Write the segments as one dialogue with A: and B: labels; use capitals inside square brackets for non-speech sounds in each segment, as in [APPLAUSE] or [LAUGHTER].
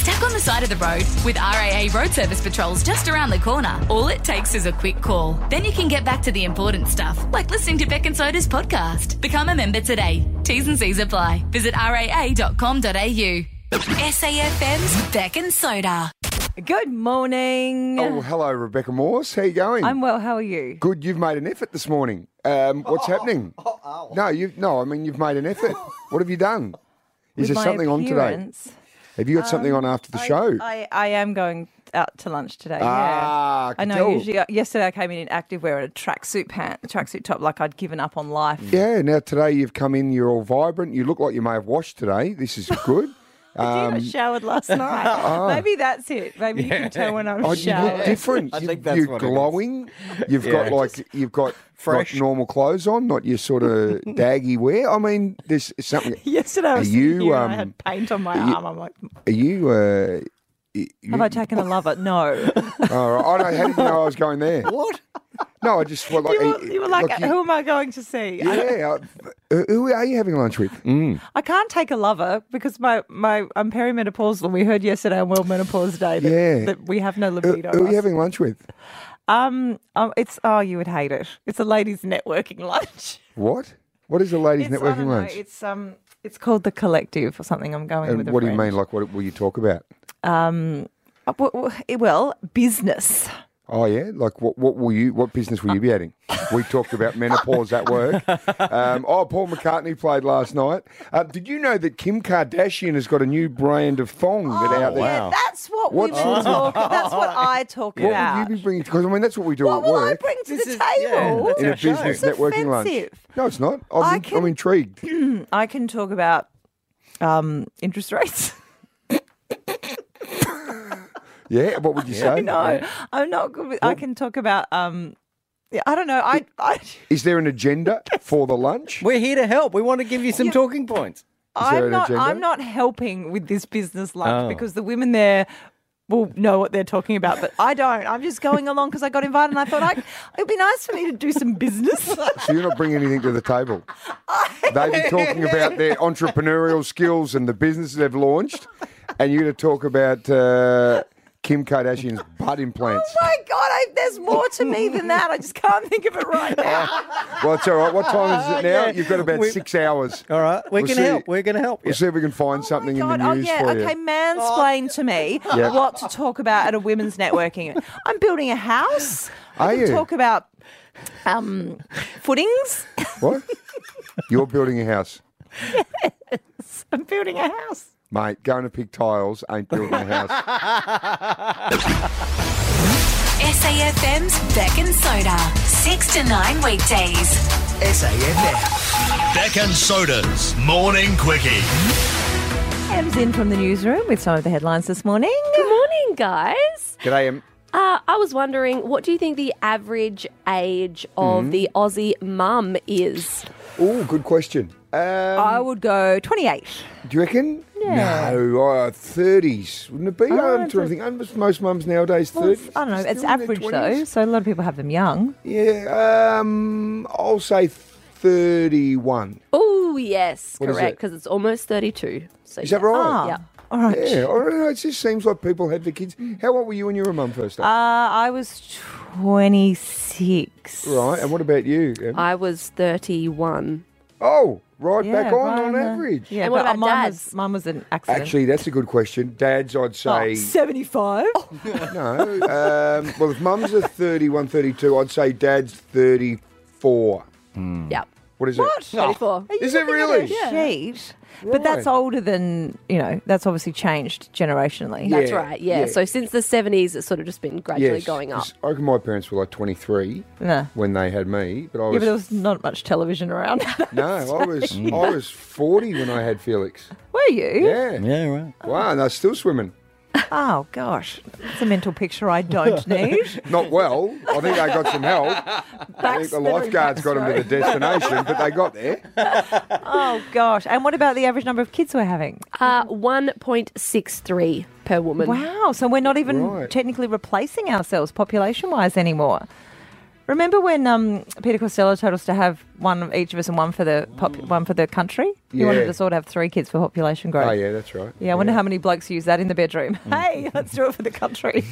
A: Stuck on the side of the road with RAA road service patrols just around the corner. All it takes is a quick call. Then you can get back to the important stuff, like listening to Beck and Soda's podcast. Become a member today. T's and C's apply. Visit raa.com.au. SAFM's Beck and Soda.
B: Good morning.
C: Oh, hello, Rebecca Morse. How you going?
B: I'm well. How are you?
C: good. You've made an effort this morning. Um, what's
D: Oh,
C: happening? No, you. No, I mean you've made an effort. what have you done?
B: With
C: Is there
B: my
C: something on today?
B: appearance, Um,
C: Have you got something on after the show?
B: I, I am going out to lunch today.
C: Ah, I
B: yeah. I
C: can
B: know.
C: tell.
B: Usually, uh, yesterday I came in in activewear and a tracksuit pant, tracksuit top, like I'd given up on life.
C: yeah. Now today you've come in. You're all vibrant. You look like you may have washed today.
B: [LAUGHS]
C: This is good.
B: I
C: um,
B: did, I showered
C: [LAUGHS]
B: last night.
C: Ah.
B: Maybe that's it. Maybe you can tell when [LAUGHS] I'm
C: Oh, you
B: showered.
C: look different.
D: I
C: You-
D: think that's
C: you're
D: what it is.
C: glowing. You've got like you've got
D: fresh.
C: like normal clothes on, not your sort
B: [LAUGHS]
C: of daggy wear. I mean, there's something.
B: Yesterday I was
C: you,
B: sitting here and I
C: um,
B: had paint on my arm. I'm like,
C: Are you? Uh, y- you
B: have I taken a lover?
C: [LAUGHS]
B: No.
C: all right. I don't. How did you know I was going there?
D: What?
C: No, I just well, like,
B: you, were, you were like,
C: look, you-
B: who am I going to see? I-
C: Yeah, uh, I- who- who are you having lunch with? Mm.
B: I can't take a lover because my, my I'm perimenopausal. We heard yesterday on World Menopause Day that,
C: Yeah. Uh,
B: that we have no
C: Who,
B: libido.
C: who are
B: us.
C: you having lunch with?
B: Um, um, it's oh, you would hate it. It's a ladies' networking lunch. [LAUGHS]
C: What? What is a ladies'
B: It's, I
C: networking
B: don't know,
C: lunch?
B: It's um, it's called the collective or something. I'm going with.
C: and
B: a
C: what do you
B: friend.
C: mean? Like, what will you talk about?
B: Uh, w- w- Well, business.
C: Oh yeah, like what? What will you? What business will you be adding? We talked about menopause at work. Um, oh, Paul McCartney played last night. Uh, did you know that Kim Kardashian has got a new brand of thong that out there?
B: Oh, Yeah, that's what
C: What's- [LAUGHS]
B: women talk. That's what I talk
C: What
B: about.
C: will you be bringing? Because I mean, that's what we do
B: what
C: at
B: will I
C: work.
B: bring to
D: This
B: the
D: is- yeah,
B: table?
D: that's
C: in a
D: It's our show.
C: business
B: It's
C: networking lunch.
B: offensive.
C: No, it's not.
B: I
C: I'm, I'm
B: can-
C: intrigued.
B: [CLEARS THROAT] I can talk about um, interest rates.
C: Yeah, what would you
B: [LAUGHS]
C: say?
B: no, I'm not good. With, I can talk about. Um, yeah, I don't know. I, I,
C: Is there an agenda for the lunch?
D: We're here to help. We want to give you some talking points.
C: there
B: I'm
C: an
B: not.
C: agenda?
B: I'm not helping with this business lunch
D: Oh.
B: because the women there will know what they're talking about, but I don't. I'm just going along because I got invited and I thought I, it'd be nice for me to do some business. [LAUGHS] Oh
C: So you're not bringing anything to the table. They've been talking
B: [LAUGHS]
C: about their entrepreneurial skills and the businesses they've launched, and you're going to talk about uh, Kim Kardashian's butt implants.
B: My God, I, there's more to me than that. I just can't think of it right now.
C: Well, it's all right. What time is it
D: [LAUGHS]
C: now?
D: Yeah.
C: You've got about
D: We-
C: six hours.
D: All right. We
C: We'll
D: can
C: see-
D: help. We're going to help you.
C: We'll see if we can find something
B: God,
C: in the news
B: oh yeah,
C: for
B: okay.
C: you.
B: Mansplain to me
C: Yeah.
B: what to talk about at a women's networking. I'm building a house.
C: Are
B: I can
C: you?
B: talk about um, footings. [LAUGHS]
C: What? You're building a house.
B: I'm building a house.
C: Mate, going to pick tiles ain't building a house.
A: SAFM's Beck and Soda. Six to nine weekdays.
E: Beck and Soda's Morning Quickie.
B: Em's in from the newsroom with some of the headlines this morning.
F: Good morning, guys.
C: G'day, Em.
F: Uh, I was wondering, what do you think the average age of
C: Hmm?
F: the Aussie mum is?
C: Oh, good question. Um,
B: I would go 28.
C: Do you reckon?
B: Yeah.
C: No, Uh, thirties wouldn't it be? I'm
B: it's
C: trying
B: a-
C: to think. Aren't Most mums nowadays
B: Well,
C: thirty.
B: it's- I don't know. It's
C: still in their
B: average though,
C: 20s?
B: so a lot of people have them young.
C: Yeah. Um, I'll say thirty-one.
F: Oh, yes,
C: What is
F: correct,
C: it?
F: because it's almost 32. So
C: Is that
F: yes.
B: Ah.
C: right?
F: Yeah.
B: All right.
C: Yeah. I don't know. It just seems like people have the kids. How old were you when you were a mum first?
B: Uh,
C: Up?
B: I was 26.
C: right. And what about you? Em?
F: I was 31.
C: oh, right
B: Yeah,
C: back on
B: right
C: on
B: the-
C: average.
B: Yeah,
F: And what
B: but, uh,
F: about
B: mine
F: dads?
B: Was, mine was an accident.
C: Actually, that's a good question. Dads, I'd
B: Oh,
C: say
B: 75.
C: no. Um, well, if mums are 31, 32, I'd say dad's 34.
D: Hmm.
F: Yeah.
C: What is it?
F: 34.
C: Is it really?
B: Sheet. But that's
C: Right.
B: older than, you know, that's obviously changed generationally.
F: That's
C: Yeah,
F: right, yeah.
C: yeah.
F: So since the 70s, it's sort of just been gradually going up.
C: 'cause I reckon my parents were like 23
B: Nah.
C: when they had me, but I
B: Yeah,
C: was,
B: but there was not much
F: [LAUGHS]
B: television around.
C: [LAUGHS] no, I was I was 40 when I had Felix.
B: Were you?
C: Yeah,
D: Yeah, right.
C: wow, and I was still swimming.
B: Oh gosh, it's a mental picture I
C: [LAUGHS]
B: don't need.
C: Not well. I think they got some help. I think the lifeguards got them to the destination, but they got there.
B: Oh gosh, and what about the average number of kids we're having?
F: Uh, 1.63 per woman.
B: Wow, so we're not even
C: Right.
B: technically replacing ourselves population-wise anymore. Remember when um, Peter Costello told us to have one of each of us and one for the pop, one for the country? He wanted
C: Mm. Yeah.
B: us all to have three kids for population growth.
C: Oh yeah, Mm. that's right.
B: Yeah, I wonder how many blokes use that in the bedroom. [LAUGHS] Hey, let's do it for the
C: [LAUGHS]
B: country.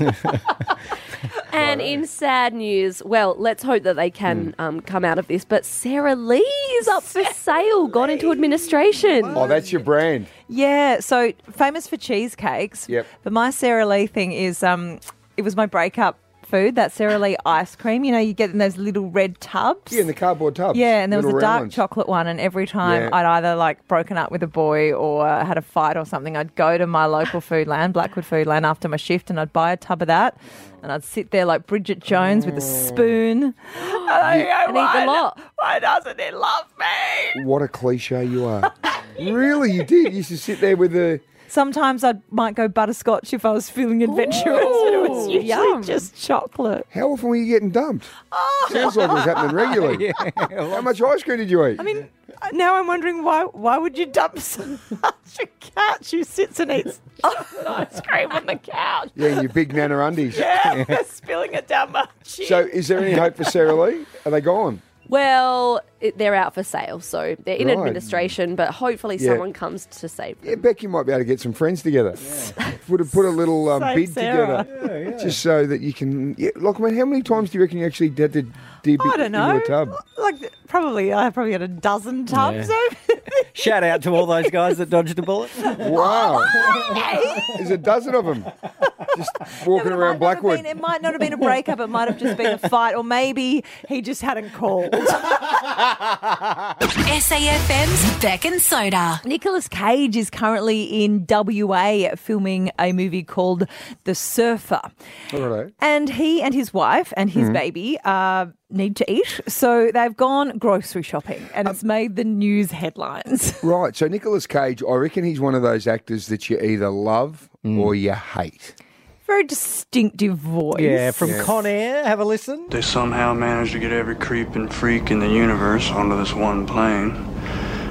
F: And in sad news, well, let's hope that they can
C: Hmm.
F: um, come out of this. But Sarah Lee is up for sale, gone into administration.
C: Oh, that's your brand.
B: yeah, so famous for cheesecakes.
C: Yep.
B: But my Sara Lee thing is um, it was my breakup food, that Sara Lee ice cream. You know, you get in those little red tubs.
C: Yeah, in the cardboard tub.
B: Yeah, and there was a dark chocolate one, and every time
C: Yeah.
B: I'd either like broken up with a boy or had a fight or something, I'd go to my local food land, Blackwood Food Land, after my shift, and I'd buy a tub of that, and I'd sit there like Bridget Jones with a
C: Mm.
B: spoon. And I'd go,
F: And eat the
B: "Why-
F: lot."
B: Why doesn't it love me?
C: What a cliche you are. really, you did. You used to sit there with the.
B: Sometimes I might go butterscotch if I was feeling adventurous, but it was
F: Ooh,
B: usually
F: yum.
B: just [LAUGHS] chocolate.
C: How often were you getting dumped? [LAUGHS] Sounds like it was
B: [LAUGHS]
C: happening regularly. How much ice cream did you eat?
B: I mean, uh, now I'm wondering why why would you dump [LAUGHS] such a couch who sits and eats [LAUGHS] ice cream on the couch?
C: yeah, and your big nana undies.
B: [LAUGHS]
C: [LAUGHS]
B: Yeah, spilling it down my cheek.
C: So, is there any hope for Sarah Lee? Are they gone?
F: Well, it, they're out for sale, so they're in
C: Right.
F: administration, but hopefully
C: Yeah.
F: someone comes to save
C: Yeah,
F: them.
C: Becky might be able to get some friends together. Would have put a little um,
B: Save
C: bid
B: Sarah.
C: together, just so that you can. Yeah, look, I mean, how many times do you reckon you actually had to dip
B: I
C: it
B: don't know.
C: into a tub?
B: Like probably I probably had a dozen tubs
D: Yeah.
B: over.
D: [LAUGHS] Shout out to all those guys that dodged a bullet.
B: [LAUGHS]
C: Wow, there's a dozen of them just
B: It might
C: walking
B: not
C: around
B: have
C: Blackwood.
B: [LAUGHS] been- it might not have been a breakup. It might have just been a fight, or maybe he just hadn't called.
A: SAFM's Beck and Soda.
B: Nicholas Cage is currently in WA filming a movie called The Surfer.
C: Righto.
B: And he and his wife and his baby uh, need to eat, so they've gone grocery shopping, and it's made the news headlines.
C: Right, so Nicolas Cage, I reckon he's one of those actors that you either love
D: Mm.
C: or you hate.
B: Very distinctive voice.
D: Yeah, from Con Air. Have a listen.
G: They somehow managed to get every creep and freak in the universe onto this one plane,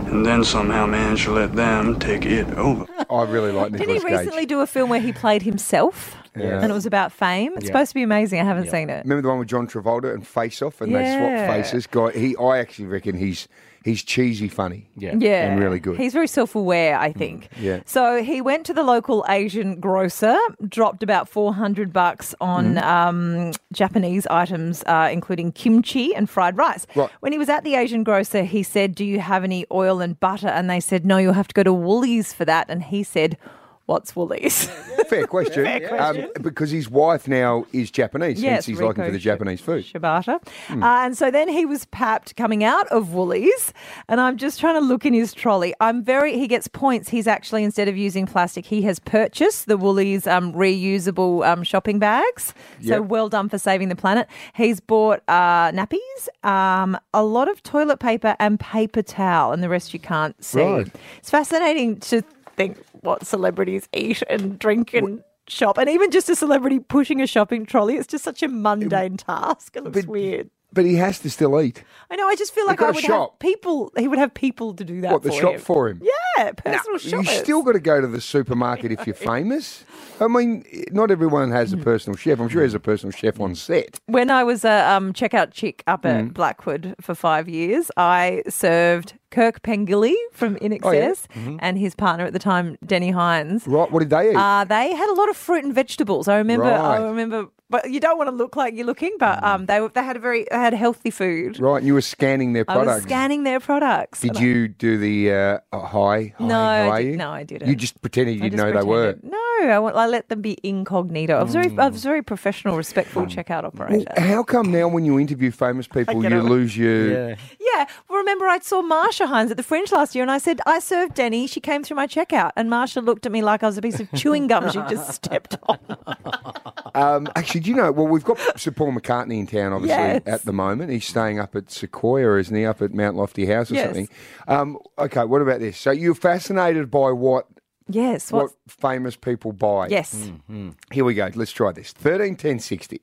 G: and then somehow managed to let them take it over.
C: I really like
B: Did he
C: Nicolas Cage.
B: recently do a film where he played himself? And it was about fame. It's supposed to be amazing. I haven't seen it.
C: Remember the one with John Travolta and Face Off, and
B: Yeah.
C: they swap faces. Guy, he, I actually reckon he's he's cheesy funny. Yeah,
B: Yeah.
C: and really good. Mm.
B: He's very self aware, I think.
C: yeah.
B: [LAUGHS] So he went to the local Asian grocer, dropped about 400 bucks
C: Mm.
B: on um, Japanese items, uh, including kimchi and fried rice.
C: Right.
B: When he was at the Asian grocer, he said, Do you have any oil and butter? And they said, No, you'll have to go to Woolies for that. And he said, What's Woolies? [LAUGHS]
C: [LAUGHS] Fair question. Um, because his wife now is Japanese, hence he's looking
B: Rico
C: for the
B: Sh-
C: Japanese food.
B: Shibata. Uh, and so then he was papped coming out of Woolies, and I'm just trying to look in his trolley. I'm very, he gets points. He's actually, instead of using plastic, he has purchased the Woolies um, reusable um, shopping bags. So
C: Yep.
B: well done for saving the planet. He's bought uh, nappies, um, a lot of toilet paper, and paper towel, and the rest you can't see.
C: Right.
B: It's fascinating to think what celebrities eat and drink and shop, and even just a celebrity pushing a shopping trolley. It's just such a mundane task. It looks
C: But-
B: weird.
C: But he has to still eat.
B: I know. I just feel like
C: gotta
B: I would have
C: shop.
B: people. He would have people to do that.
C: What the
B: for
C: shop
B: him.
C: for him?
B: Yeah, personal
C: You
B: shoppers.
C: still got to go to the supermarket
B: [LAUGHS]
C: if you're famous. I mean, not everyone has a personal chef. I'm sure he has a personal chef on set.
B: When I was a um, checkout chick up
C: Mm.
B: at Blackwood for five years, I served Kirk Pengilly from In
C: Oh, yeah.
B: Excess and his partner at the time, Denny Hines.
C: Right? What did they eat?
B: Uh, they had a lot of fruit and vegetables. I remember. I
C: Right. Mm.
B: remember. But you don't want to look like you're looking. But um, they were- they had a very they had healthy food.
C: right, and you were scanning their
B: I was
C: products.
B: scanning their products.
C: Did
B: And
C: you do the uh, uh, hi? hi
B: No, I
C: how are
B: did-
C: you?
B: no, I didn't.
C: You just pretended you
B: I
C: didn't know
B: just
C: they were.
B: pretended- No, I, want- I let them be incognito. I was very, I was
C: Mm.
B: very professional, respectful checkout operator.
C: How come now when you interview famous people
B: get
C: you
B: it.
C: lose your
D: Yeah.
B: Yeah, well, remember I saw Marsha Hines at the Fringe last year, and I said I served Denny. She came through my checkout, and Marsha looked at me like I was a piece of chewing gum she
C: [LAUGHS]
B: just stepped on.
C: Um, actually, do you know? Well, we've got Sir Paul McCartney in town, obviously,
B: Yes.
C: at the moment. He's staying up at Sequoia, isn't he? Up at Mount Lofty House or
B: Yes.
C: something. Um, okay, what about this? So you're fascinated by what
B: Yes,
C: what
B: what?
C: famous people buy.
B: Yes,
C: Here we go. Let's try this. Thirteen ten sixty.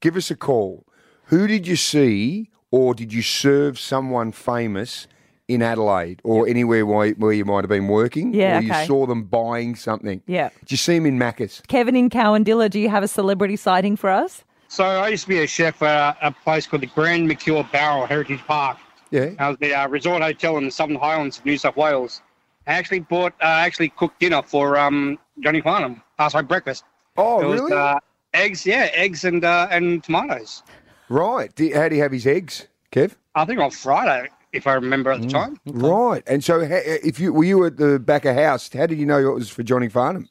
C: Give us a call. Who did you see, or did you serve someone famous? In Adelaide or anywhere where where you might have been working,
B: Yeah,
C: or you
B: okay.
C: saw them buying something.
B: Yeah.
C: Did you see them in Macca's?
B: Kevin in Cowandilla, do you have a celebrity sighting for us?
H: So I used to be a chef at a, a place called the Grand McCure Barrel Heritage Park.
C: Yeah.
H: I was the uh, resort hotel in the Southern Highlands of New South Wales. I actually bought, uh, actually cooked dinner for um, Johnny Farnham. Uh, sorry, breakfast.
C: Oh,
H: It was,
C: really?
H: uh, eggs, yeah, eggs and uh, and tomatoes.
C: Right. Did, how do you have his eggs, Kev?
H: I think on Friday, if I remember at the
C: Mm.
H: time.
C: Right. And so, ha- eh, if you were you at the back of house, how did you know it was for Johnny Farnham?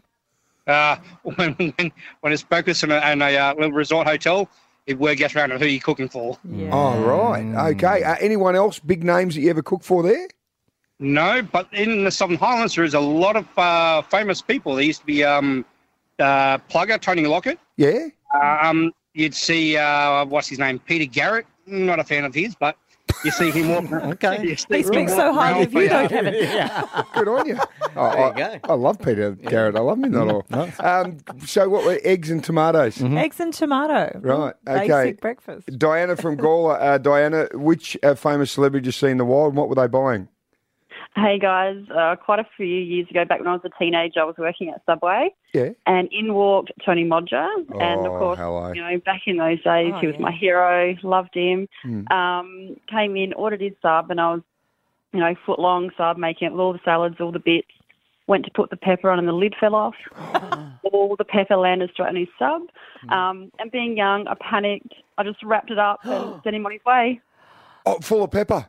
H: Uh, [LAUGHS] when when when it's breakfast in a, in a uh, little resort hotel, it word gets around of who you're cooking for.
C: Oh, right. Okay. Uh, anyone else big names that you ever cook for there?
H: No, but in the Southern Highlands, there is a lot of uh, famous people. There used to be um, uh, Plugger, Tony Lockett.
D: [LAUGHS]
C: Yeah.
H: Um, you'd see uh, what's his name, Peter Garrett. Not a fan of his, but you see him walking.
D: Okay.
H: you see
B: He's
H: him
B: being so
H: walking around
B: hard if you
H: with, uh,
B: don't have it.
C: Good on you. Oh, I,
D: There you
C: I love Peter Garrett. I love him
D: [LAUGHS]
C: not all. Um, so, what were eggs and tomatoes?
D: Mm-hmm.
B: Eggs and tomato.
C: Mm-hmm. Right. Okay.
B: Basic breakfast.
C: Diana from Gawler. Uh, Diana, which uh, famous celebrity did you see in the wild and what were they buying?
I: Hey guys, uh, quite a few years ago, back when I was a teenager, I was working at Subway,
C: Yeah.
I: and in walked Tony Modger, and
C: Oh,
I: of course,
C: hello.
I: you know, back in those days,
B: Oh,
I: he was
B: yeah.
I: my hero. Loved him.
C: Hmm. Mm.
I: Um, came in, ordered his sub, and I was, you know, foot long sub, making it with all the salads, all the bits. Went to put the pepper on, and the lid fell
B: [GASPS]
I: off. all the pepper landed straight on his sub. Um, and being young, I panicked. I just wrapped it up
B: [GASPS]
I: and sent him on his way.
C: Oh, full of pepper.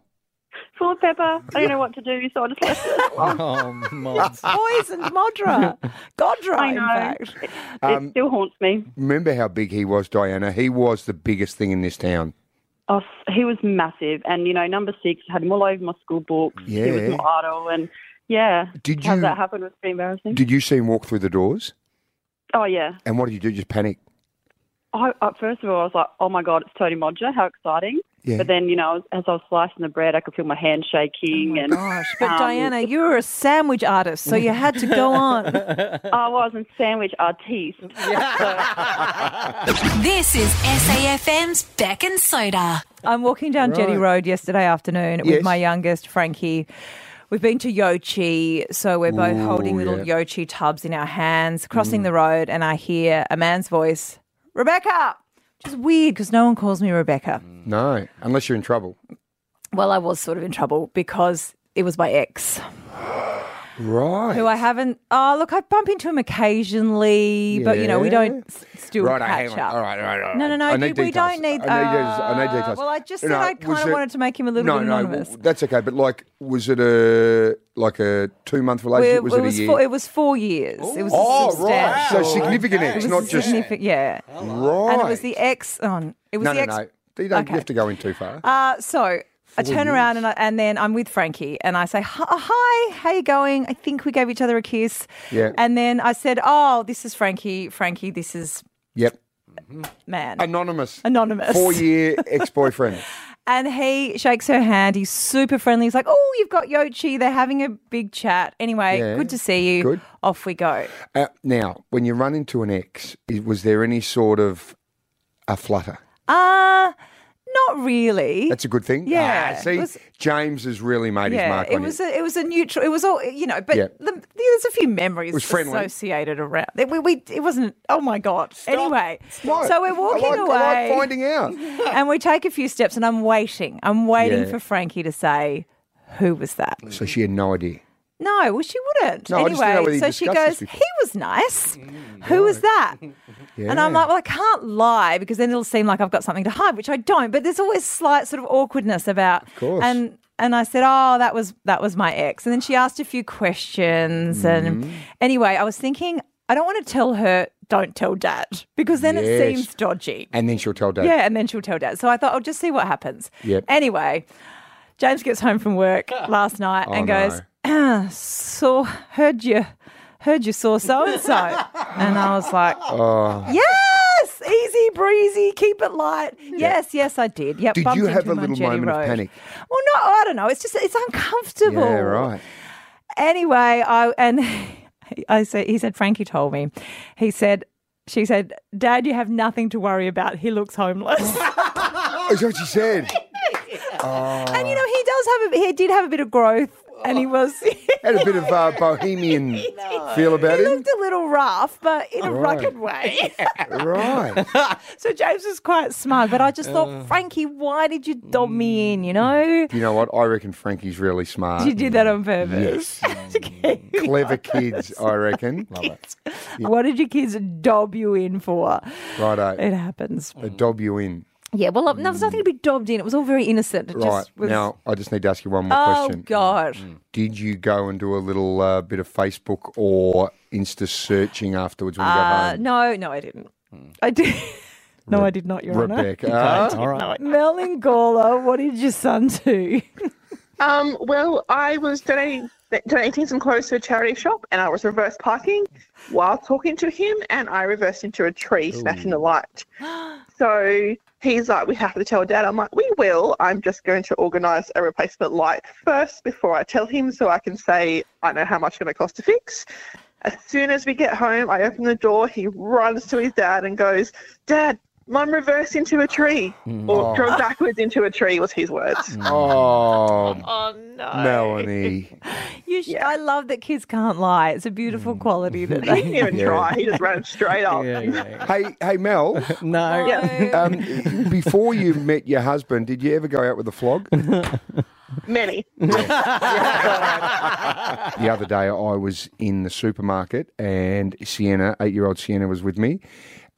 I: Full of pepper. I didn't know what to do, so I just left it.
D: Oh, mods.
B: Poisoned Modra. Godra,
I: I
B: in
I: know.
B: fact.
C: Um,
I: it still haunts me.
C: [LAUGHS] Remember how big he was, Diana? He was the biggest thing in this town.
I: Oh, he was massive, and you know, number six had him all over my school books. He was
C: Yeah.
I: my idol, and yeah.
C: Did
I: How
C: you-
I: that happen was pretty embarrassing.
C: Did you see him walk through the doors?
I: oh yeah.
C: And what did you do? Just panic?
I: I, I, first of all, I was like, "Oh my god, it's Tony Modger! How exciting!"
C: Yeah.
I: But then, you know, I was- as I was slicing the bread, I could feel my hand shaking, and
B: Oh, Gosh, but
I: Um,
B: Diana, you were a sandwich artist, so you had to
I: [LAUGHS]
B: go
C: [LAUGHS]
B: on.
I: I was a sandwich artiste.
A: This is SAFM's Beck and Soda.
B: I'm walking down Jetty Road yesterday afternoon
C: Yes.
B: with my youngest, Frankie. We've been to Yochi, so we're both
C: Ooh,
B: holding little
C: yeah. Mm.
B: Yochi tubs in our hands, crossing the road, and I hear a man's voice, Rebecca! Which is weird because no one calls me Rebecca.
C: Mm. No, unless you're in trouble.
B: Well, I was sort of in trouble because it was my ex.
C: Right.
B: who I haven't. Oh, look, I bump into him occasionally, but you know we don't s- still
C: Right,
B: catch
C: hang on.
B: up.
C: All right, all right, all right.
B: No, no, no.
C: I
B: you-
C: need
B: we
C: details.
B: don't need.
C: I need, details. I
B: uh,
C: need details.
B: Well, I just said
C: No,
B: I
C: was
B: kind of
C: it-
B: wanted to make him a little
C: no,
B: bit
C: no,
B: anonymous.
C: w- that's okay. But like, was it a like a two month
B: We're-
C: relationship? was it,
B: it was
C: a year?
B: four, it was four years. It was
C: oh, right.
B: substantial.
C: So significant
B: It
C: It's
B: was
C: not just
B: significant- yeah.
C: right.
B: And it was the ex. On it was
C: no,
B: the
C: no,
B: ex.
C: no. You don't
B: Okay.
C: have to go in too far.
B: Uh, so I turn around and, I, and then I'm with Frankie and I say, "Hi- oh, "Hi, how you going?" I think we gave each other a kiss.
C: Yeah.
B: And then I said, "Oh, this is Frankie. Frankie, this is
C: yep.
B: man."
C: Anonymous.
B: Mm-hmm. Anonymous.
C: Four
B: [LAUGHS]
C: year ex boyfriend.
B: And he shakes her hand. He's super friendly. He's like, "Oh, you've got Yochi. They're having a big chat. Anyway,
C: Yeah.
B: good to see you.
C: Good.
B: Off we go."
C: uh, now, when you run into an ex, is- was there any sort of a flutter?
B: Uh not really.
C: That's a good thing.
B: Yeah,
C: Ah,
B: it
C: see,
B: was-
C: James has really made his
B: yeah,
C: mark
B: it
C: on
B: was a, it was a neutral. It was all you know, but
C: Yeah.
B: the, there's a few memories
C: was friendly.
B: associated around. It, we, we it wasn't. Oh my god! Anyway,
C: No,
B: so we're walking
C: I like,
B: away.
C: I like finding out.
B: [LAUGHS] and we take a few steps and I'm waiting. I'm waiting
C: Yeah.
B: for Frankie to say, Who was that?
C: So she had no idea.
B: No, well, she wouldn't.
C: No, I just
B: anyway,
C: didn't know whether you
B: so she
C: discussed
B: goes,
C: this before. Mm.
B: He was nice. Who was that? And I'm
C: Yeah.
B: like, Well, I can't lie because then it'll seem like I've got something to hide, which I don't. But there's always slight sort of awkwardness about. Of
C: course.
B: And and I said, "Oh, that was that was my ex." And then she asked a few questions,
C: Mm-hmm.
B: and anyway, I was thinking, I don't want to tell her, don't tell dad, because then it
C: Yes.
B: seems dodgy.
C: And then she'll tell Dad.
B: Yeah, and then she'll tell dad. So I thought I'll just see what happens.
C: Yep.
B: Anyway, James gets home from
C: [LAUGHS]
B: work last night and
C: Oh, no.
B: goes, [CLEARS THROAT] "Ah, "So heard you, heard you saw so and so,"
C: [LAUGHS]
B: and I was like,
C: Oh.
B: [LAUGHS] "Yes, easy breezy, keep it light." Yes, yes, I did. Yep.
C: Did
B: bumped
C: you have
B: into
C: a
B: him on
C: little
B: Jetty
C: moment of
B: Road.
C: panic?
B: Well, no, I don't know. It's just it's uncomfortable.
C: Yeah, right.
B: Anyway, I and [LAUGHS] I said he said Frankie told me. He said. She said, Dad, you have nothing to worry about. He looks homeless. [LAUGHS]
C: Oh, is that what she said? Oh.
B: And you know, he does have a, he did have a bit of growth and he was.
C: [LAUGHS]
B: [LAUGHS]
C: Had a bit of uh, bohemian feel about
B: He
C: him.
B: looked a little rough, but in a
C: Right.
B: rugged way.
C: [LAUGHS] Right.
B: [LAUGHS]
C: Uh.
B: so James was quite smug, but I just thought, Frankie, why did you dob me in? You know,
C: You know what? I reckon Frankie's really smart.
B: you did that on purpose. [LAUGHS] Okay.
C: Clever kids,
B: [LAUGHS]
C: I reckon. Love it.
B: What did your kids dob you in for? It
C: Righto.
B: happens.
C: They dob you in.
B: Yeah, well, uh, there was nothing to be dobbed in. It was all very innocent. It
C: Right.
B: just was.
C: Now, I just need to ask you one more
B: oh,
C: question. Mm.
B: God.
C: Did you go and do a little uh, bit of Facebook or Insta searching afterwards when you got
B: Uh,
C: home? Mm.
B: no, no, I didn't. I did. [LAUGHS] no, I did not, Your Honor. [LAUGHS]
C: Rebecca.
D: All right.
B: Mel Ngola, what did your son do?
J: Um, well, I was donating, donating some clothes to a charity shop and I was reverse parking while talking to him and I reversed into a tree, smashing the light. So he's like, We have to tell dad. I'm like, We will. I'm just going to organise a replacement light first before I tell him so I can say, I know how much it's going to cost to fix. As soon as we get home, I open the door. He runs to his dad and goes, Dad, mum reversed into a tree. Or drove backwards into a tree, was his words.
C: Oh,
J: [LAUGHS] Oh, no.
C: Melanie.
B: You sh-
J: Yeah.
B: I love that kids can't lie. It's a
C: Mm.
B: beautiful quality
C: [LAUGHS]
B: that
J: [LAUGHS] He
B: they
J: didn't even
C: Yeah.
J: try. He just ran straight up.
D: Yeah, yeah.
C: Hey, hey, Mel.
D: [LAUGHS] No.
C: Um, before you met your husband, did you ever go out with
D: [LAUGHS]
C: a flog?
J: Many.
C: The other day, I was in the supermarket, and Sienna, eight-year-old Sienna, was with me.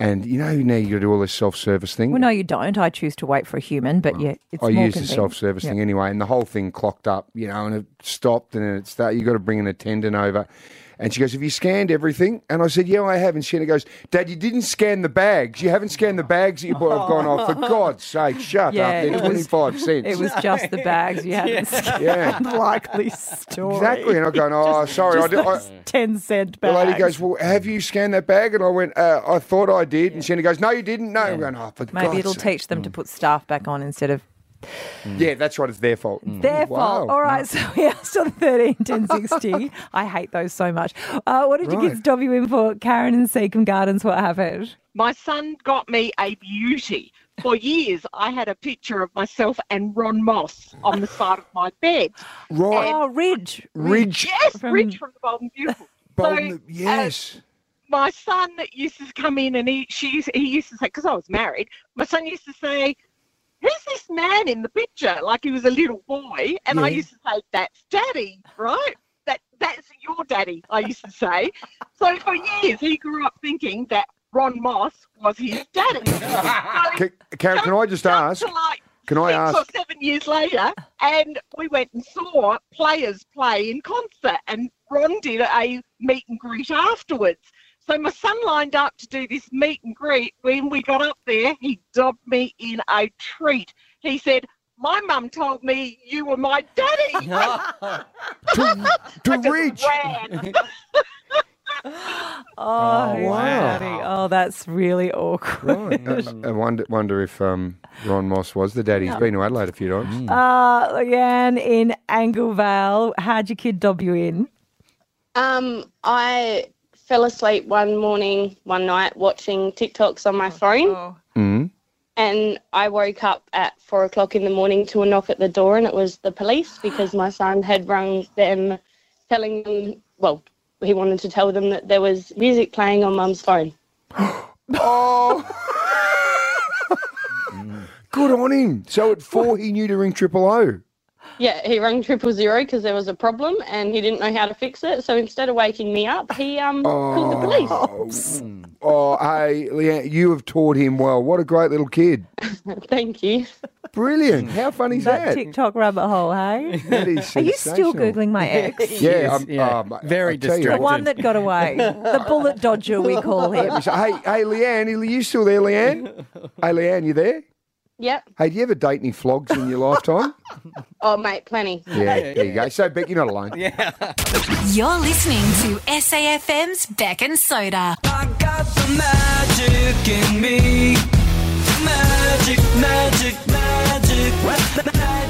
C: And you know, now you got to do all this self-service thing.
B: Well, no, you don't. I choose to wait for a human, but yeah, it's more
C: I used the
B: convenient.
C: self-service thing anyway, and the whole thing clocked up, you know, and it stopped, and then it started. You got to bring an attendant over, and she goes, "Have you scanned everything?" And I said, "Yeah, I have." And Shanna goes, "Dad, you didn't scan the bags. You haven't scanned the bags that you bought." I've gone, "Oh, for God's sake, shut
B: Yeah,
C: up! They're
B: it was-
C: twenty-five cents."
B: It was just the bags you had. not
C: yeah,
B: Unlikely story.
C: exactly. And I'm going, "Oh, sorry, I
B: Just
C: did." I,
B: those ten cent
C: the
B: bags.
C: lady goes, "Well, have you scanned that bag?" And I went, uh, "I thought I did." And Shanna goes, "No, you didn't." No, I'm going, "Oh, for
B: Maybe
C: God's
B: it'll
C: sake." Mm.
B: teach them to put staff back on instead of
C: Yeah, that's right. It's their fault.
B: their fault.
C: Mm. Wow.
B: All right, so we asked on 13
C: [LAUGHS]
B: 10 60. I hate those so much. Uh, what did your
C: Right.
B: kids dob you in for? Karen and Seacombe Gardens, what happened?
K: My son got me a beauty. For years, I had a picture of myself and Ron Moss on the side of my bed.
C: Right,
B: Oh, Ridge.
C: Ridge.
K: Yes,
B: From-
K: Rich from the Golden Beautiful.
C: Bolton-
K: uh,
C: yes.
K: my son used to come in and he she used, he used to say because I was married. My son used to say, "Who's this man in the picture?" Like he was a little boy, and I
C: Yeah.
K: used to say, "That's daddy, right? That that's your daddy." I used to say. so for years he grew up thinking that Ron Moss was his daddy. so
C: Ca- Karen, can I just
K: up
C: ask?
K: to like
C: Can I
K: six or
C: ask?
K: seven years later, and we went and saw players play in concert, and Ron did a meet and greet afterwards. So my son lined up to do this meet and greet. When we got up there, he dobbed me in a treat. He said, "My mum told me you were my daddy."
C: To, to
K: Just
C: Ridge.
K: ran.
B: Oh,
C: wow.
B: daddy. Oh, that's really awkward.
C: Right. I, I wonder, wonder if um, Ron Moss was the daddy. He's been to Adelaide a few
B: [LAUGHS]
C: times.
B: Uh, Leanne in Anglevale, how'd your kid dob you in?
J: Um, I fell asleep one morning, one night, watching TikToks on my phone,
C: Mm.
J: and I woke up at four o'clock in the morning to a knock at the door, and it was the police because my son had rung them, telling them, well, he wanted to tell them that there was music playing on Mum's phone.
C: Oh. Good on him. So at four, he knew to ring triple O.
J: Yeah, he rang triple zero because there was a problem, and he didn't know how to fix it. So instead of waking me up, he um called the police.
C: Oh, hey, Leanne, you have taught him well. What a great little kid.
J: [LAUGHS] Thank you.
C: Brilliant. How funny is
B: That
C: that?
B: TikTok rabbit hole, hey?
C: That is
B: Are you still
C: sensational.
B: Googling my
C: [LAUGHS]
B: ex?
C: Yeah,
D: Yes,
C: I'm,
D: yeah.
C: um, I-
D: Very
C: I tell you,
B: The
D: distracting.
B: one that got
C: [LAUGHS]
B: away. The bullet dodger, we call him.
C: Hey, hey, Leanne, are you still there, Leanne? Hey, Leanne, you there?
J: Yep.
C: Hey, do you ever date any flogs in your lifetime?
J: Oh, mate, plenty.
C: Yeah, there you go. So, Beck, you're not alone.
A: You're listening to SAFM's Beck and Soda.
E: I got the magic in me. Magic, magic, magic.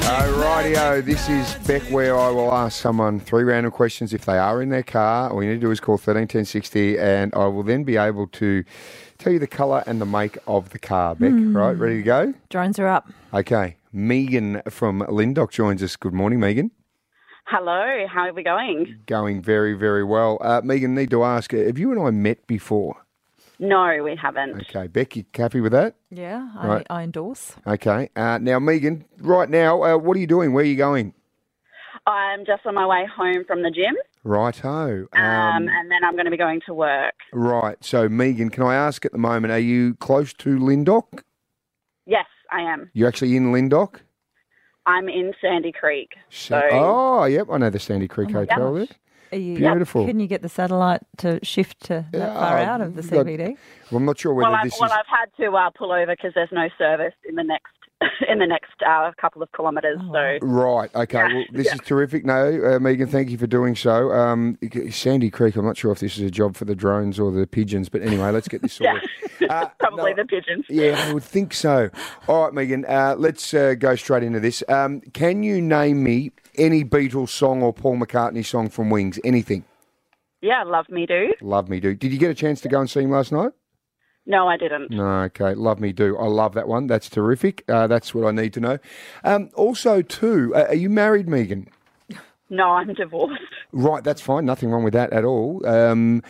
C: Alrighty-o, this is Beck where I will ask someone three random questions if they are in their car. All you need to do is call 131060 and I will then be able to tell you the colour and the make of the car. Beck, right, ready to go?
B: Hmm. Drones are up.
C: Okay, Megan from Lindock joins us. Good morning, Megan.
I: Hello, how are we going?
C: Going very, very well. Uh, Megan, need to ask, have you and I met before?
I: No, we haven't.
C: Okay, Becky, happy with that?
B: Yeah,
C: I- Right.
B: I endorse.
C: Okay. Uh, now, Megan, right now, uh, what are you doing? Where are you going?
I: I'm just on my way home from the gym,
C: Righto.
I: um, and then I'm going to be going to work.
C: right. So, Megan, can I ask at the moment, are you close to Lindock?
I: Yes, I am.
C: You're actually in Lindock?
I: I'm in Sandy Creek. So,
C: Oh, yep. I know the Sandy Creek Hotel there.
B: Are you,
C: Beautiful.
B: Can you get the satellite to shift to that far
C: Yeah, um,
B: out of the
C: you've got-
B: CBD?
C: Well, I'm not sure whether
I: well, I've,
C: this
I: well,
C: is.
I: I've had to uh, pull over because there's no service in the next [LAUGHS] in the next uh, couple of kilometres.
B: Oh,
I: So,
C: Right. Okay. Well, this is terrific. No, uh, Megan, thank you for doing so. Um, Sandy Creek. I'm not sure if this is a job for the drones or the pigeons, but anyway, let's get
I: [LAUGHS]
C: this sorted.
I: probably the pigeons.
C: Uh, Yeah, I would think so. All right, Megan, uh, let's uh, go straight into this. Um, can you name me any Beatles song or Paul McCartney song from Wings? Anything?
I: Yeah, love me do.
C: Love Me Do. Did you get a chance to go and see him last night?
I: No, I didn't.
C: No, okay. Love Me Do. I love that one. That's terrific. Uh, that's what I need to know. Um, also, too, uh, are you married, Megan?
I: No, I'm divorced.
C: Right, that's fine. Nothing wrong with that at all. Um,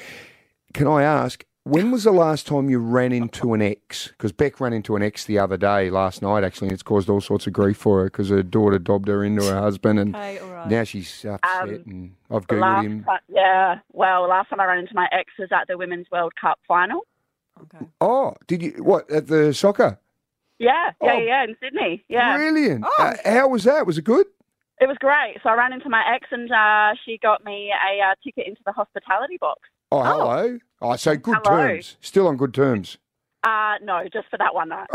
C: can I ask, when was the last time you ran into an ex? Because Beck ran into an ex the other day, last night, actually, and it's caused all sorts of grief for her because her daughter dobbed her into her husband, and now she's upset. and I've Googled
I: Um, Last
C: him.
I: ti- yeah, well, last time I ran into my ex was at the Women's World Cup final.
C: Oh, did you, what, at the soccer?
I: Yeah, yeah,
C: Oh.
I: yeah, yeah, in Sydney. Yeah, Oh.
C: Brilliant. Uh, how was that? Was it good?
I: it was great. So I ran into my ex, and uh, she got me a uh, ticket into the hospitality box.
C: Oh, hello. Oh, so good
I: Hello.
C: terms. Still on good terms.
I: Uh, no, just for that one
C: [LAUGHS]
I: night.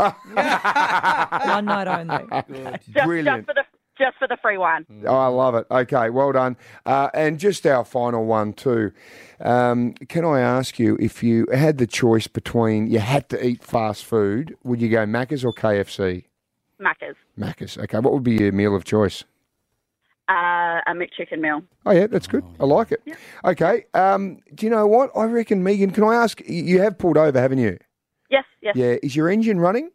B: One night only.
I: just,
L: [LAUGHS]
I: just
C: Brilliant.
I: for the just for the free wine.
C: Oh, I love it. Okay, well done. Uh, and just our final one too. Um, can I ask you if you had the choice between you had to eat fast food, would you go Macca's or KFC?
I: Macca's,
C: Macca's. Okay, what would be your meal of choice?
I: uh, a McChicken meal.
C: Oh yeah, that's good. I like it. Okay. Um, do you know what? I reckon Megan. Can I ask? y- You have pulled over, haven't you?
I: Yes, yes,
C: Yeah. Is your engine running?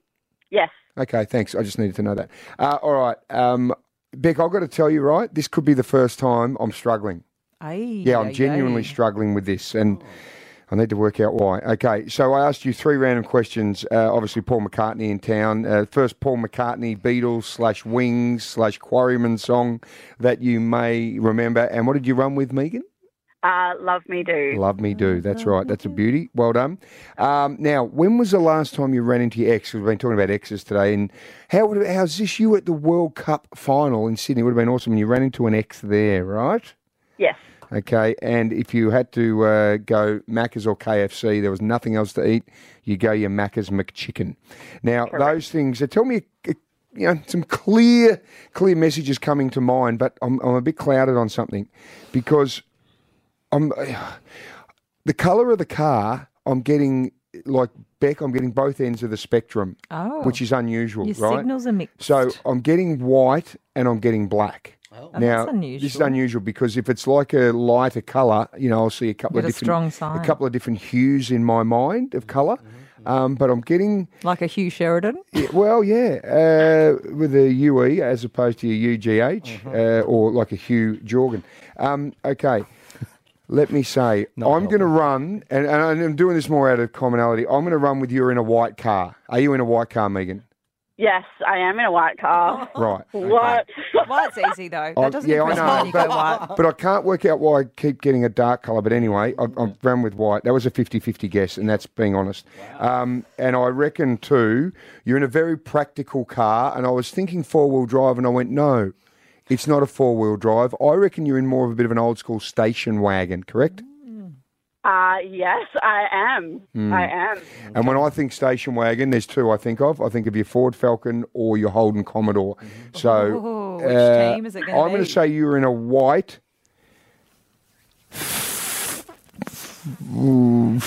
I: yes.
C: Okay, thanks. I just needed to know that. Uh, all right, um, Beck. I've got to tell you, right? This could be the first time I'm struggling. Yeah, I'm genuinely struggling with this, and I need to work out why. Okay, so I asked you three random questions. Uh, obviously, Paul McCartney in town. Uh, first, Paul McCartney, Beatles slash Wings slash Quarryman song that you may remember. And what did you run with, Megan?
I: Uh, love me do.
C: Love me do. That's right. That's a beauty. Well done. Um, now, when was the last time you ran into your ex? 'Cause We've been talking about exes today, and how would how's this? You at the World Cup final in Sydney would have been awesome. when You ran into an ex there, right?
I: Yes.
C: Okay, and if you had to uh, go Macca's or KFC, there was nothing else to eat, you go your Macca's McChicken. Now, those things, uh, tell me, uh, you know, some clear, clear messages coming to mind, but I'm, I'm a bit clouded on something because I'm [SIGHS] the colour of the car, I'm getting, like Beck, I'm getting both ends of the spectrum,
B: Oh.
C: which is unusual,
B: Your
C: right?
B: signals are mixed.
C: So I'm getting white and I'm getting black.
B: Oh,
C: now
B: that's
C: this is
B: unusual.
C: unusual because if it's like a lighter color, you know, I'll see a couple
B: Get
C: of
B: a strong
C: different
B: sign.
C: couple of different hues in my mind of color. Um, but I'm getting
B: Like a Hugh Sheridan.
C: yeah, well, yeah, uh, with a UE as opposed to a UGH uh, or like a Hugh Jorgen. Um, okay, let me say, I'm going to run, and, and I'm doing this more out of commonality. I'm going to run with you in a white car. Are you in a white car, Megan?
I: Yes, I am in a white car.
B: Oh,
C: Right.
I: What?
B: Well, it's easy though.
C: I-
B: That doesn't
C: Oh, yeah, I
B: impress me when
C: know,
B: you go white.
C: but, but I can't work out why I keep getting a dark colour. But anyway, I, I
B: Mm.
C: ran with white. That was a 50-50 guess, and that's being honest. Um, and I reckon too, you're in a very practical car. And I was thinking four-wheel drive, and I went no, it's not a four-wheel drive. I reckon you're in more of a bit of an old-school station wagon, correct?
I: Uh, yes, I am.
C: Hmm.
I: I am.
C: Mm. And when I think station wagon, there's two I think of. I think of your Ford Falcon or your Holden Commodore. So,
B: Mm-hmm. Ooh, which
C: uh,
B: team is it gonna
C: I'm going
B: be?
C: to say you're in a white. Ooh,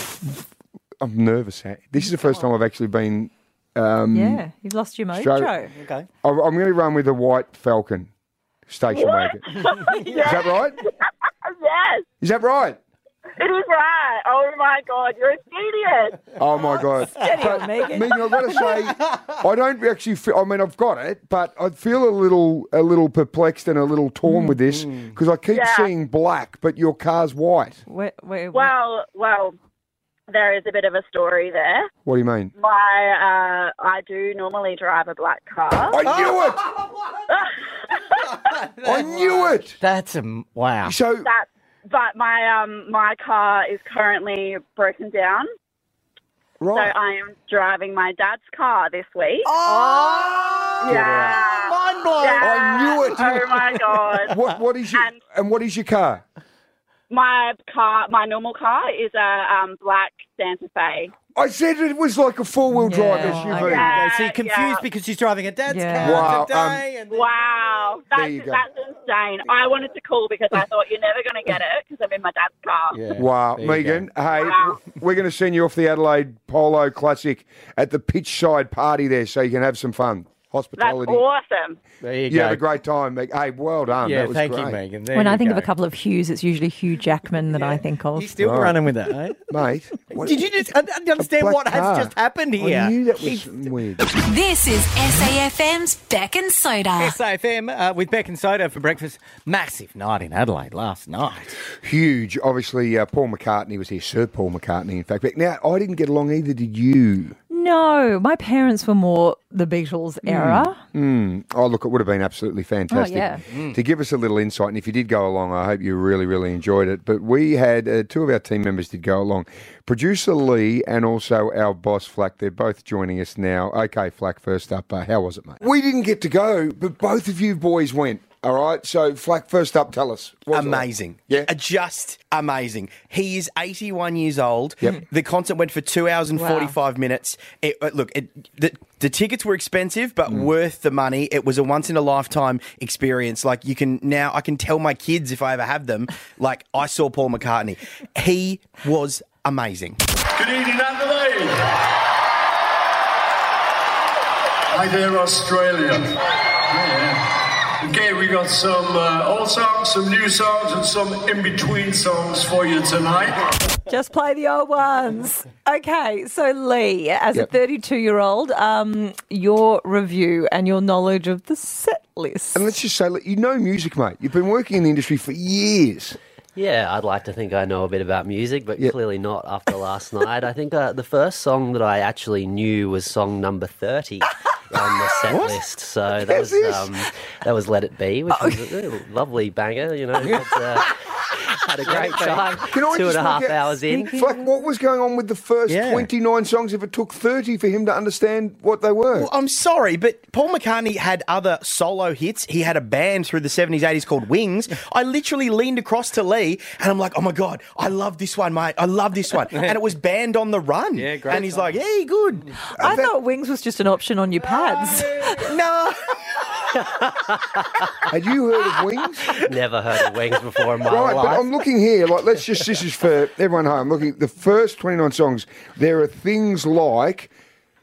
C: I'm nervous. eh? This is the first time I've actually been. Um,
B: Yeah, you've lost your mojo.
C: Straight-
D: Okay.
C: I'm, I'm going to run with a white Falcon
L: [LAUGHS]
C: station wagon. Is that right?
I: Yes.
B: [LAUGHS]
C: Is that right?
L: It is right. Oh my God, you're a genius.
C: Oh my god!
L: Steady on,
C: [LAUGHS] But,
L: Megan.
C: Megan, I've got to say, I don't actually. Feel, I mean, I've got it, but I feel a little, a little perplexed and a little torn with this because I keep
L: Mm. Yeah.
C: seeing black, but your car's white.
L: Well, well, there is a bit of a story there.
C: What do you mean?
L: My, uh, I do normally drive a black car. I
C: knew
L: [LAUGHS]
C: it. I knew it.
D: That's a m- wow.
C: So
L: that, but my um my car is currently broken down.
D: Right.
L: So I am driving my dad's car this week.
D: Oh!
C: Get
L: yeah.
C: out.
D: Mind
C: blown. I knew it.
L: Oh
C: [LAUGHS]
L: my god.
C: What? What is your? And, what is your car?
L: My car, my normal car is a um, black Santa Fe.
C: I said it was like a four-wheel drive
D: Yeah. Okay,
B: Uh,
C: SUV.
D: okay. So
L: Yeah,
D: you're confused
L: yeah.
D: because she's driving a dad's
C: Wow,
D: car
C: um,
D: today.
L: Wow, that's,
C: you go.
L: that's insane. I wanted to call because I thought you're never going to get it because I'm in my dad's car.
C: Wow,
D: there you
C: Megan. Hey,
L: Wow.
C: we're going to send you off the Adelaide Polo Classic at the pitchside party there, so you can have some fun.
L: That's
C: Hospitality.
L: awesome.
D: There you,
C: had
D: go.
C: a great time, Meg. Hey, well done.
D: Yeah,
C: that was
D: thank you,
C: great.
D: Megan.
B: when I think of a couple of Hughes, it's usually Hugh Jackman that I think of.
D: He's still running with that, eh? [LAUGHS]
C: mate.
D: Did you just I don't understand
B: black
D: what
B: car.
D: has just happened
B: I
D: here?
B: knew that
D: He's-
C: Weird.
A: This is SAFM's Beck and Soda.
D: SAFM [LAUGHS] uh, with Beck and Soda for breakfast. Massive night in Adelaide last night.
C: Huge. Obviously, uh, Paul McCartney was here, Sir Paul McCartney, in fact. But now, I didn't get along either, did you?
B: No, my parents were more the Beatles
C: Hmm.
B: era. Oh,
C: Mm. Oh, look, it would have been absolutely fantastic
B: yeah.
D: Hmm.
B: Mm.
C: to give us a little insight. And if you did go along, I hope you really, really enjoyed it. But we had uh, two of our team members did go along. Producer Lee and also our boss, Flack, they're both joining us now. Okay, Flack, first up, uh, how was it, mate? We didn't get to go, but both of you boys went. All right, so Flack, first up, tell us.
D: Um,
C: what was it like?
M: amazing. Yeah. Just amazing. He is 81 years old.
C: Yep.
M: The concert went for two hours and
C: Wow.
M: 45 minutes. It, uh, look, it, the, the tickets were expensive, but worth the money. It was a once in a lifetime experience. Like, you can now, I can tell my kids if I ever have them, like, I saw Paul McCartney. He was amazing.
N: Good evening, Adelaide. Hi there, Australia. Yeah. Okay, we got some uh, old songs, some new songs, and some in between songs for you tonight.
B: Just play the old ones. Okay, so Lee, as
N: Yep.
B: a 32 year old, um, your review and your knowledge of the set list.
C: And let's just say, look, you know music, mate. You've been working in the industry for years.
O: Yeah, I'd like to think I know a bit about music, but clearly not after last night. I think uh, the first song that I actually knew was song number 30 on the set list. So that was, um, that was Let It Be, which was a a lovely banger, you know. But, uh, had a great time. Two and a half
C: work out- [LAUGHS]
O: hours in.
C: Flack, what was going on with the first 29 songs if it took 30 for him to understand what they were?
M: Well, I'm sorry, but Paul McCartney had other solo hits. He had a band through the 70s, 80s called Wings. I literally leaned across to Lee and I'm like, oh my God, I love this one, mate. I love this [LAUGHS] one. And it was Band on the Run. Yeah, great. And he's like, yeah, good.
B: I
M: [LAUGHS]
B: thought Oh, Wings was just an option on your pads. [LAUGHS]
M: No.
C: Had you heard of Wings?
O: Never heard of Wings before in my
C: right,
O: life.
C: but I'm looking here. Like, let's just, this is for everyone home. Looking at the first 29 songs, there are things like,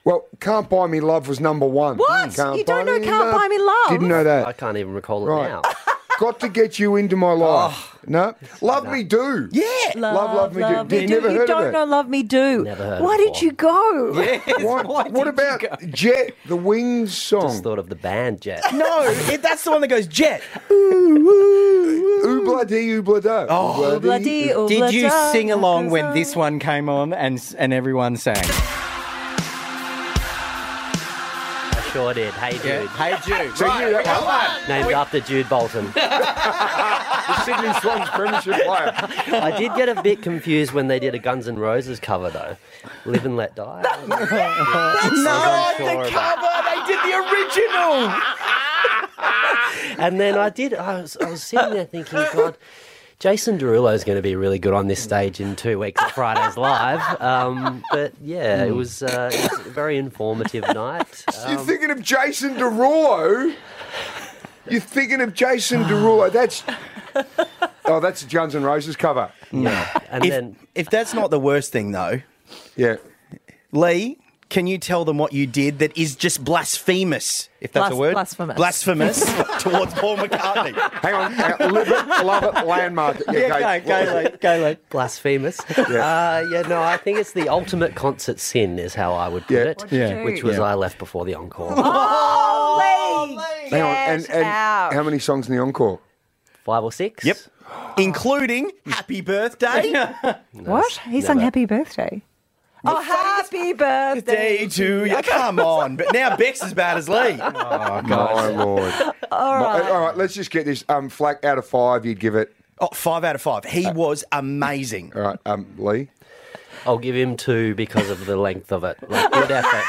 C: well, Can't Buy Me Love was number one.
B: What? You don't know Can't Buy Me Love?
C: Didn't know
O: I
C: that.
O: can't even recall it
C: Right.
O: now.
C: [LAUGHS] Got to Get You Into My Life. No? Love Me Do.
M: Yeah.
C: Love, Love, Me Do. Did you never
B: you
C: heard
B: don't
C: of
B: know
C: that?
B: Love Me Do.
C: Never heard
B: Why did you go?
M: [LAUGHS]
C: Why- what about Jet, the Wings song? Just
O: thought of the band Jet.
M: No, it, that's the one that goes [LAUGHS] jet.
C: Oobladi, ooblado.
D: Oh,
B: Bloody, oh,
D: did you
B: bloody,
D: sing along when this one came on and s- and everyone sang?
O: I sure did. Hey, dude.
D: Hey, Jude.
O: So
D: Right,
O: you-
D: come on.
O: Named after
D: [LAUGHS]
O: Jude Bolton.
C: the Sydney Swans premiership player.
O: I did get a bit confused when they did a Guns N' Roses cover, though. Live and Let Die.
M: That's not
O: unsure
M: the
O: about-
M: cover. They did the original.
O: And then I did, I was, I was sitting there thinking, God, Jason Derulo is going to be really good on this stage in two weeks at Fridays Live. Um, but yeah, it
C: Mm.
O: was, uh, it was a very informative night.
C: You're
O: Um,
C: thinking of Jason Derulo. You're thinking of Jason Derulo. That's [LAUGHS] oh, that's a Guns N' Roses cover.
O: Yeah. And
M: if,
O: then-
M: if that's not the worst thing, though.
C: Yeah.
M: Lee Can you tell them what you did that is just blasphemous, if that's a
B: Blas-
M: word?
B: blasphemous. [LAUGHS]
M: Blasphemous [LAUGHS] towards Paul McCartney.
C: hang on, hang on. Love it, love it, landmark. it. Yeah,
M: Yeah,
C: go, go,
M: like, go, like.
C: [LAUGHS]
O: Blasphemous. Yeah. Uh, yeah, no, I think it's the ultimate concert sin, is how I would put it.
C: What'd you Yeah. do?
O: Which was
C: Yeah.
O: I left before
C: [LAUGHS]
O: the encore.
B: Holy!
C: Hang on, and, and how many songs in the encore?
O: Five or six.
M: Yep. Including Happy [LAUGHS] Birthday.
B: What? He sung
M: never.
B: Happy Birthday. Oh, happy birthday
M: Day to you. Come on. But now Beck's as bad as Lee.
C: Oh, my lord.
B: All
C: right. All right, let's just get this. Um, Flack, out of five, you'd give it. Uh,
M: Oh, five out of five. He was amazing.
C: All right, um, Lee.
O: I'll give him two because of the length of it. Like, good effort.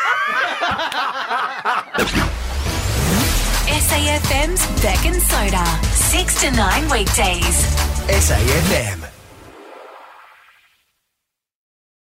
A: SAFM's Beck and Soda, 6 to 9 weekdays.
P: SAFM.